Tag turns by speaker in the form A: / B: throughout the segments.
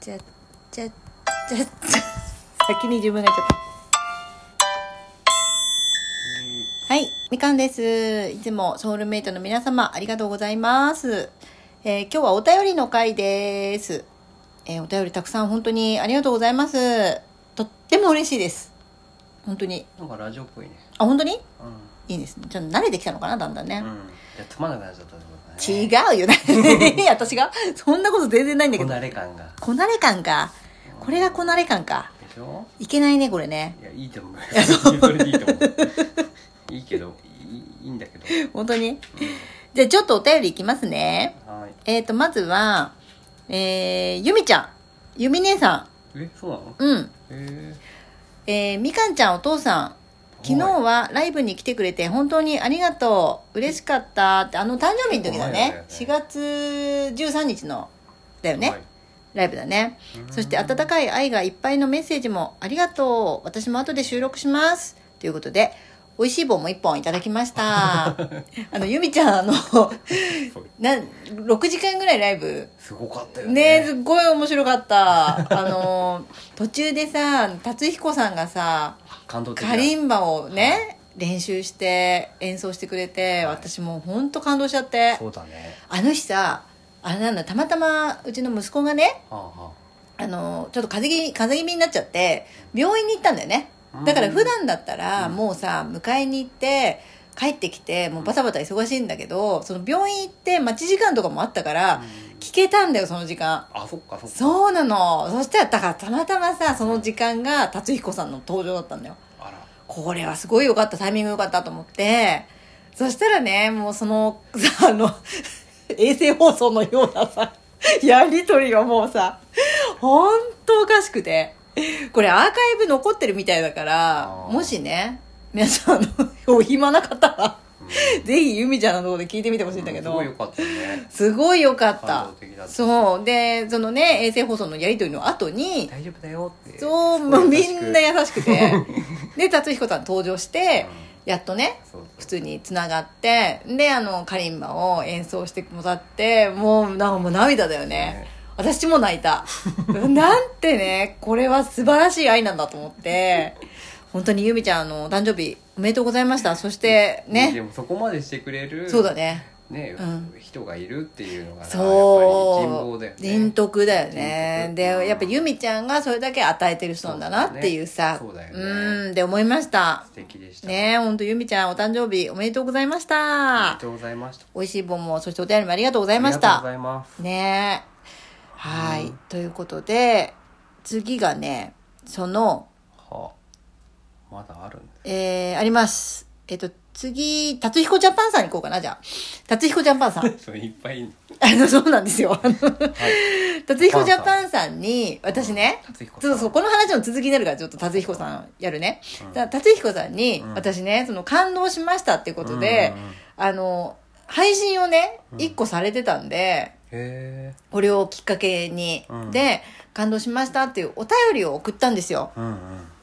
A: ちゃっちゃっちゃっちゃ先に自分が言っちゃったはいみかんですいつもソウルメイトの皆様ありがとうございます、えー今日はお便りの回です、えーお便りたくさん本当にありがとうございますとっても嬉しいです本当に
B: なんかラジオっぽいね
A: あ本当に
B: うん、
A: いいですねちょっと慣れてきたのかなだんだんね、
B: うん、いやつまんなくなっちゃったってことだ
A: 違
B: ね
A: うよね私がそんなこと全然ないんだけ
B: こ
A: ど
B: なれ感が
A: こなれ感かこれがこなれ感か
B: でしょ
A: いけないねこれね
B: いやいいと思うそれでいいと思ういいけどいいいいんだけど、
A: 本当にじゃあちょっとお便りいきますね
B: うん、はい
A: えっ、ー、とまずはえー、ゆみちゃんゆみ姉さ
B: えそうなの
A: んうん
B: へ
A: えー、みかんちゃんお父さん昨日はライブに来てくれて本当にありがとう嬉しかったってあの誕生日の時だね
B: す
A: 4
B: ごいよ
A: 月13日のだよ
B: え
A: ね、ライブだねそして温かい愛がいっぱいのメッセージもありがとう私も後で収録しますということで美味しい棒も1本いただきました あのゆみちゃんあのな6時間ぐらいライブ
B: すごかったよ
A: ね
B: ね
A: えすっごい面白かった あの途中でさ達彦さんがさ
B: 感動的だ
A: カリンバをね練習して演奏してくれて私もうほんと感動しちゃって
B: そうだね
A: あの日さあれなんだたまたまうちの息子がね
B: はあは
A: あのちょっと風邪気風邪気味になっちゃって病院に行ったんだよねだから普段だったらもうさ迎えに行って帰ってきてもうバタバタ忙しいんだけどその病院行って待ち時間とかもあったから聞けたんだよその時間
B: ああそっかそっか
A: そうなのそしたらだからたまたまさその時間が達彦さんの登場だったんだよ
B: あら
A: これはすごい良かったタイミング良かったと思ってそしたらねもうその さあの衛星放送のようなさやり取りがもうさほんとおかしくてこれアーカイブ残ってるみたいだから
B: あー
A: もしね皆さんあのお暇な方はぜひゆみちゃんのとこで聞いてみてほしいんだけ
B: す
A: ど、
B: ごいよかったね
A: すごい良かった
B: 感動的だった
A: そうでそのね衛星放送のやり取りの後に
B: 大丈夫だよって
A: そう、
B: す
A: も
B: ご
A: う
B: い
A: み
B: 優しく
A: んな優しくてで辰彦さん登場して、
B: う
A: やっとね
B: そうそう
A: 普通につながってであのカリンバを演奏してもらってもうなんかもう涙だよね
B: ね
A: 私も泣い たなんてねこれは素晴らしい愛なんだと思って本当にゆみちゃんあの誕生日おめでとうございましたそして
B: で
A: ね
B: もそこまでしてくれる
A: そうだね
B: ね、
A: うん
B: 人がいるっていうのがさ
A: そう
B: やっぱり人望だよね
A: 人徳だよね
B: 人徳
A: でやっぱゆみちゃんがそれだけ与えてる人なんだなっていうさ
B: そうだよね
A: うんで思いました
B: 素敵でした
A: ねえほんとゆみちゃんお誕生日おめでとうございまし
B: ありが
A: た
B: とうございました
A: 美味しい棒もそしてお便りもありがとうございまし
B: ありがとうござ
A: た
B: います
A: ねえはいということで次がねその
B: はあまだあるんです
A: えーありますえっと次達彦ジャパンさん行こうかなじゃあ達彦ジャパンさん
B: それいっぱいいる
A: あの、そうなんですよ。あの達彦ジャパ
B: パ
A: ンさんに、私ね、
B: 達彦
A: ち
B: さ
A: ょ
B: ん
A: っとそうこの話の続きになるから、ちょっと達彦さんやるね。だ達彦さんに、私ね、その感動しましたっていうことで
B: うんうんうん、
A: あの、配信をね、一個されてたんで、
B: へ
A: これをきっかけに、
B: うん
A: で、感動しましたっていうお便りを送ったんですよ。
B: えうんうん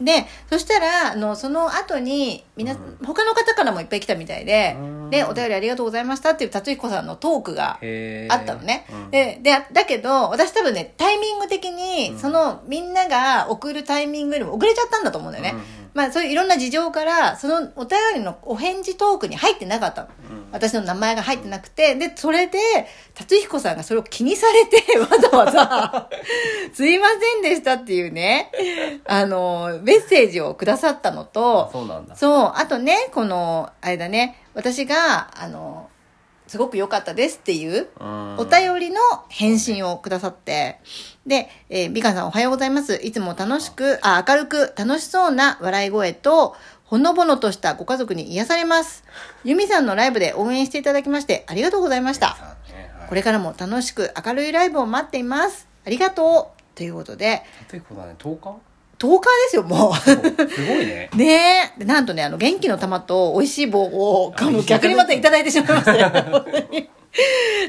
A: で、そしたら、あの、その後に、皆、他の方からもいっぱい来たみたいで
B: うん、
A: で、お便りありがとうございましたっていう達彦さんのトークが
B: へえ
A: あったのね、
B: うん
A: ででだけど私多分ねタイミング的にそのみんなが送るタイミングよりも遅れちゃったんだと思うんだよね、
B: うんうん
A: まあそういういろんな事情からそのお便りのお返事トークに入ってなかったの、
B: うん
A: 私の名前が入ってなくてでそれで辰彦さんがそれを気にされて わざわ ざ「すいませんでした」っていうねあのメッセージをくださったのと
B: あそうなんだ
A: そう、あとね、この、あれだね、私が、あの、すごく良かったですっていう、
B: うん
A: お便りの返信をくださって、で、えー美香さんおはようございます。いつも楽しく、あ、明るく楽しそうな笑い声と、ほのぼのとしたご家族に癒されます。由美さんのライブで応援していただきまして、ありがとうございました。
B: さあねはい
A: これからも楽しく明るいライブを待っています。ありがとう。ということで、
B: 達彦さんね10日
A: 10日ですよ、もう。
B: そうすごいね
A: ねえ。でなんとね、あの、元気の玉と美味しい棒を、もう逆にまたいただいてしまいましたよ。本当に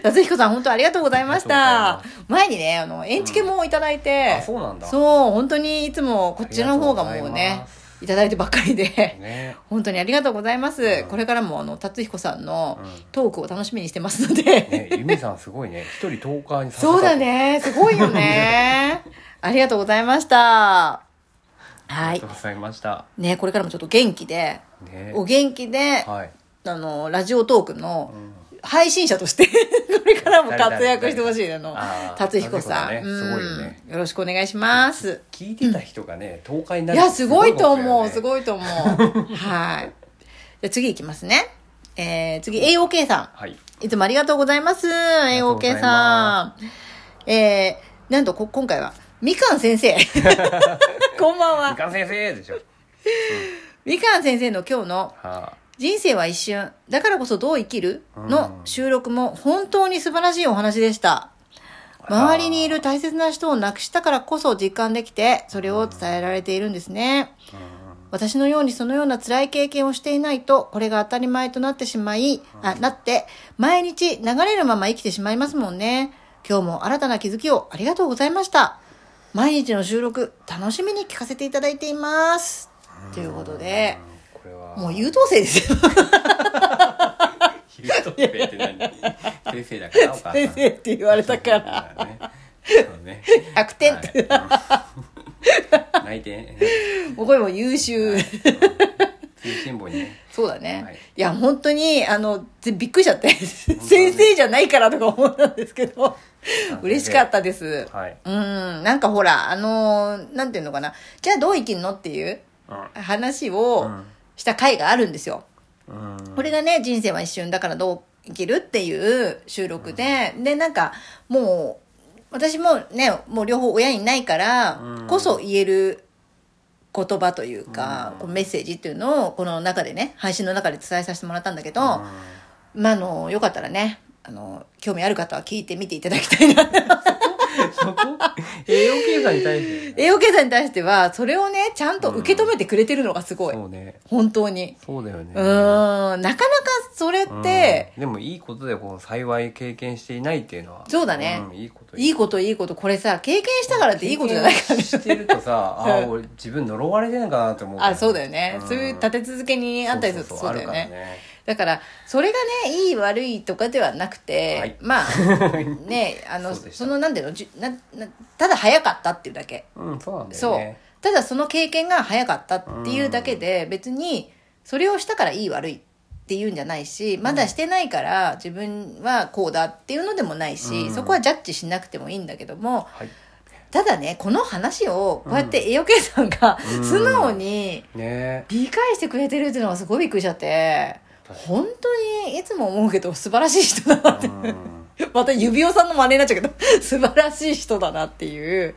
A: 夏彦さん、本当ありがとうございまし
B: あり
A: た
B: がとう。
A: 前にね、あの、エンチケもいただいて、
B: あそうなんだ
A: そう、本当にいつもこっちの方がもう
B: ありがとうござい
A: ね
B: ま、
A: いただいてばっかりで、
B: ね
A: 本当にありがとうございます。
B: うん
A: これからも、あの、達彦さんの
B: うん
A: トークを楽しみにしてますので、
B: ねゆみさんすごいね一人10日にさせた
A: そうだね、すごいよね。ありがとうございました。は
B: あり
A: い
B: がと。うございました。
A: ね、これからもちょっと元気で、
B: ね。
A: お元気で、
B: はい。
A: あの、ラジオトークの
B: うん
A: 配信者と して、これからも活躍してほしい、あの
B: あー、
A: 達彦さん。
B: 達彦さんねすごいよね
A: うんよろしくお願いします。
B: 聞いてた人がね、東海にないる。
A: や、すごいと思う。す
B: いこだよね。
A: ごいと思う。はい。じゃあ次いきますね。えー、次、AOK さ
B: はい。
A: ん。いつもありがとうございます。
B: がとうござい
A: AOK さ
B: ま
A: ん。えー、なんとこ、今回は、みかん先 生。こんばん
B: み
A: は。
B: かん先生でしょ。
A: みかん先生の今日の
B: は
A: 人生は一瞬、だからこそどう生きる
B: うん
A: の収録も本当に素晴らしいお話でした。周りにいる大切な人を亡くしたからこそ実感できて、それを伝えられているんですね。
B: あうん
A: 私のようにそのような辛い経験をしていないと、これが当たり前となってしまい、あなって、毎日流れるまま生きてしまいますもんね。今日も新たな気づきをありがとうございました。毎日の収録、楽しみに聞かせていただいています。ということで、
B: これは。
A: もう優等生ですよ。
B: 優等生って何先生だからお母さ ん
A: 先生って言われたから。
B: だからねそうね
A: 100点って。
B: はいうん泣いて
A: もうこれも優秀。
B: 通信簿にね
A: そうだね。
B: はい
A: い、や、本当に、あの、ぜびっくりしちゃって。先生じゃないからとか思ったんですけど、嬉しかったです。
B: はい
A: うん、なんかほら、あのーなんていうのかな。じゃあどう生きるのっていう話を
B: うん
A: した回があるんですよ。
B: うんうん
A: これがね、人生は一瞬だからどう生きるっていう収録で、で、なんか、もう、私もね、もう両方親いないから
B: うん、
A: こそ言える言葉というか、こうメッセージっていうのを、この中でね、配信の中で伝えさせてもらったんだけど、まあ、あの、よかったらね、あの、興味ある方は聞いてみていただきたいな。
B: そこ栄養計算に 対して
A: 栄養計算に対しては、それをね、ちゃんと受け止めてくれてるのがすごい。
B: そうね
A: 本当に。
B: そうだよね
A: うーん、なかなかそれっ
B: うん
A: て、
B: でもいいことでこう幸い経験していないっていうのは
A: そうだね
B: んいいこと
A: いいこといいことこれさ経験したからっていいことじゃないからね
B: 経験してるとさあ
A: う
B: ー
A: ん
B: 俺自分呪われてんのかなって思う
A: あそうだよね、
B: ん
A: そういう立て続けにあったりするとそうだよね
B: そうそうそうある
A: だからそれがねいい悪いとかではなくて、
B: はい
A: ま あねあの
B: そう
A: そ
B: でした
A: のなんていうのじゅななただ早かったっていうだけ、
B: うん、そうなんだよ
A: そう
B: ね。
A: ただその経験が早かったっていうだけで、別にそれをしたからいい悪いっていうんじゃないしまだしてないから自分はこうだっていうのでもないし、
B: うん
A: そこはジャッジしなくてもいいんだけども、
B: はい。
A: ただねこの話をこうやって栄養計さんが、
B: うん
A: 素直に
B: ね
A: 理解してくれてるっていうのがすごいびっくりしちゃって
B: 確かに
A: 本当にいつも思うけど素晴らしい人だなっ
B: え。
A: て、
B: うん
A: また指輪さんの真似になっちゃうけど 素晴らしい人だなっていう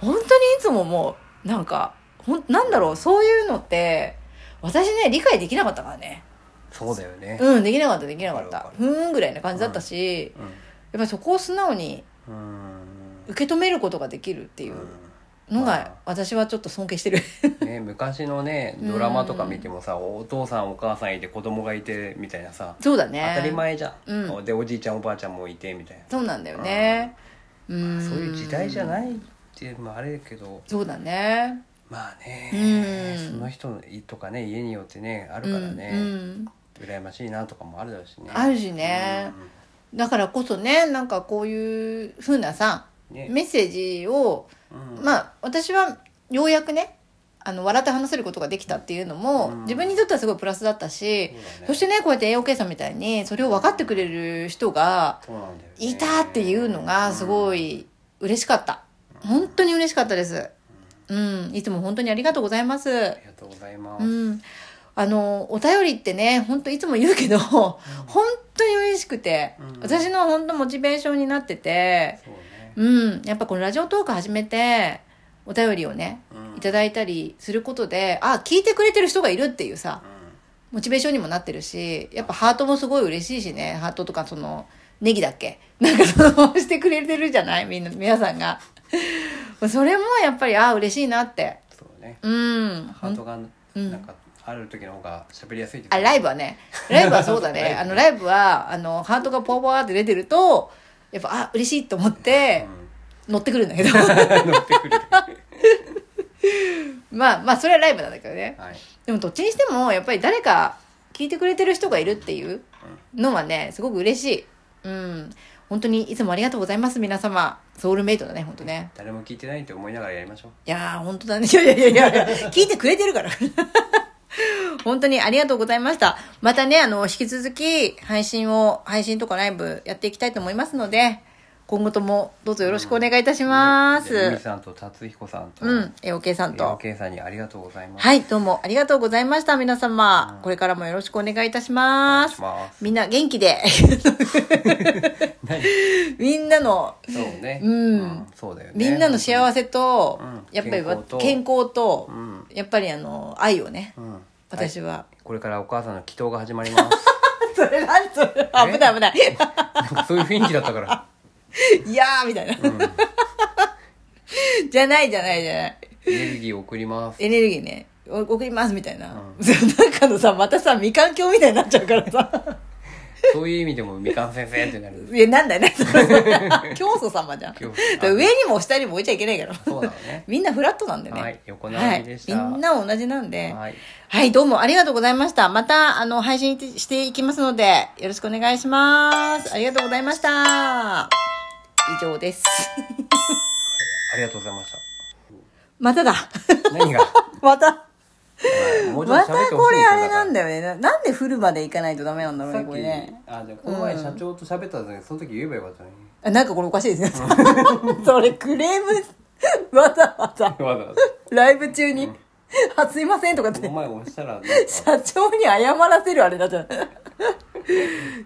A: 本当にいつももうなんかほんなんだろうそういうのって私ね理解できなかったからね
B: そうだよね。
A: うんできなかったできなかった
B: わか
A: ふーんぐらいな感じだったし、
B: うん。
A: やっぱりそこを素直に
B: うん。
A: 受け止めることができるっていうのが私はちょっと尊敬してる
B: ね、昔のねドラマとか見てもさお父さんお母さんいて子供がいてみたいなさ
A: そうだ
B: 当
A: ね
B: たり前じゃん、
A: う
B: でおじいちゃんおばあちゃんもいてみたいな
A: そうなんだよねうん
B: そういう時代じゃ
A: い
B: ないっていうのもあれだけど
A: そうだね
B: まあね
A: うん
B: その人のとかね家によってねあるから
A: うん
B: ね
A: うん
B: 羨ましいなとかもあるだろうしね
A: あるしねだからこそねなんかこういうふうなさ
B: うんね
A: メッセージを
B: うん
A: まあ私はようやくねあの笑って話せることができたっていうのも
B: うん
A: 自分にとってはすごいプラスだったし
B: そうだね
A: そしてねこうやって AOK さんみたいにそれを分かってくれる人が
B: そうなんだよね
A: いたっていうのがすごい嬉しかった本当に嬉しかったですうんいつも本当にありがとうございます
B: ありがとうございま
A: う
B: す、
A: ん、あのお便りってね本当いつも言うけど、本当に嬉しくて、
B: うん
A: 私の本当モチベーションになってて、
B: そうね、
A: うん、やっぱこのラジオトーク始めてお便りをね
B: うん
A: いただいたりすることであ聞いてくれてる人がいるっていうさ
B: うん
A: モチベーションにもなってるしやっぱハートもすごい嬉しいしねハートとかそのネギだっけ なんかそのしてくれてるじゃないみんな皆さんが それもやっぱりあ嬉しいなって
B: そうね
A: うん
B: ハートが
A: ん
B: なんかある時の方が喋りやすいってこ
A: あ
B: と
A: ライブはねライブはそうだ
B: ライ
A: ね
B: ブ
A: あ のライブはあのハートがポワポワって出てるとやっぱあ嬉しいと思って乗ってくるんだ けど
B: うん、乗 ってくる、
A: まあまあそれはライブなんだけどね
B: はい、
A: でもどっちにしてもやっぱり誰か聞いてくれてる人がいるっていうのはねすごく嬉しいうん本当にいつもありがとうございます皆様ソウルメイトだね本当ね
B: 誰も聞いてないって思いながらやりましょう
A: いやー、本当だね。い やいやいやいやいや、聞いてくれてるから。 本当にありがとうございました。またね、あの、引き続き配信を、配信とかライブやっていきたいと思いますので、今後ともどうぞよろしくお願いいたしま
B: ねでゆみ
A: す。
B: さんと達彦さんと、
A: うん、AOK さんと。
B: AOK さんにありがとうございます、
A: はい、どうもありがとうございました、皆様。これからもよろしくお願いいたします。
B: お願いします
A: みんな元気で。 みんなの、
B: そうね、
A: うん
B: そうだよね
A: みんなの幸
B: せ、
A: せと、
B: うん
A: やっぱりわ健
B: 健
A: 康
B: 康
A: と、
B: うん
A: やっぱりあの、愛をね、
B: うん、
A: 私は。
B: これからお母さんの祈祷が始まりま
A: そ
B: す
A: れ何それ危ない危ない。
B: なんかそういう雰囲気だったから
A: いやーみたいな。 じゃないじゃないじゃない。
B: エネルギーを送ります
A: エネルギーね、お送りますみたいな。 なんかのさ、またさ、未環境みたいになっちゃうからさ。
B: そういう意味でもみかん先生ってなる
A: いや、なんだよね。 教祖様じゃん。
B: 教祖
A: だから上にも下にも置いちゃいけないから。
B: そうだよね
A: みんなフラットなんでね。
B: はい横並びでした
A: はいみんな同じなんで。は
B: はいい。
A: どうもありがとうございました。また、あの、配信していきますので、よろしくお願いします。ありがとうございました。以上です。
B: ありがとうございまし
A: まただ。
B: た何が
A: また。
B: もうちょっ
A: ま
B: と
A: た
B: 喋ってほ
A: こ
B: しい
A: れあれなん
B: だ
A: だよね。ななんでフルまでいかないとダメなんだろう
B: さ
A: ね、これね。
B: っきあじゃあこの前社長と喋ったんだけどその時言えばよ かったね
A: あなんかこれおかしいですね。 それクレー ム、わざわざ、
B: わざわ
A: ライブ中に、あ、すいませんとかっ
B: ざ
A: て
B: お、前押したらなんか
A: 社長に謝らせるあれだ じゃん。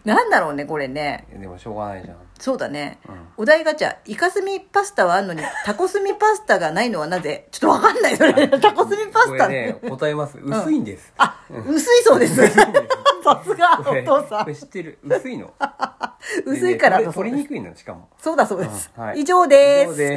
A: なんだろうね、これね。
B: でもしょうがないじゃん
A: そうだね。お題ガチャ、イカスミパスタはあんのに、タコスミパスタがないのはなぜちょっとわかんない、それ。タコスミパ
B: こ
A: スタ
B: れ。ね答えます薄いんです、
A: あ、薄いそうです。 さすが、
B: これ
A: お父さ
B: こ
A: ん
B: れ。知ってる薄いの
A: 薄いから
B: で
A: だ
B: ね
A: そう
B: 取
A: で
B: り
A: す
B: にくいのしかも
A: そうだそうです。
B: うんはい
A: 以上です。
B: 以上です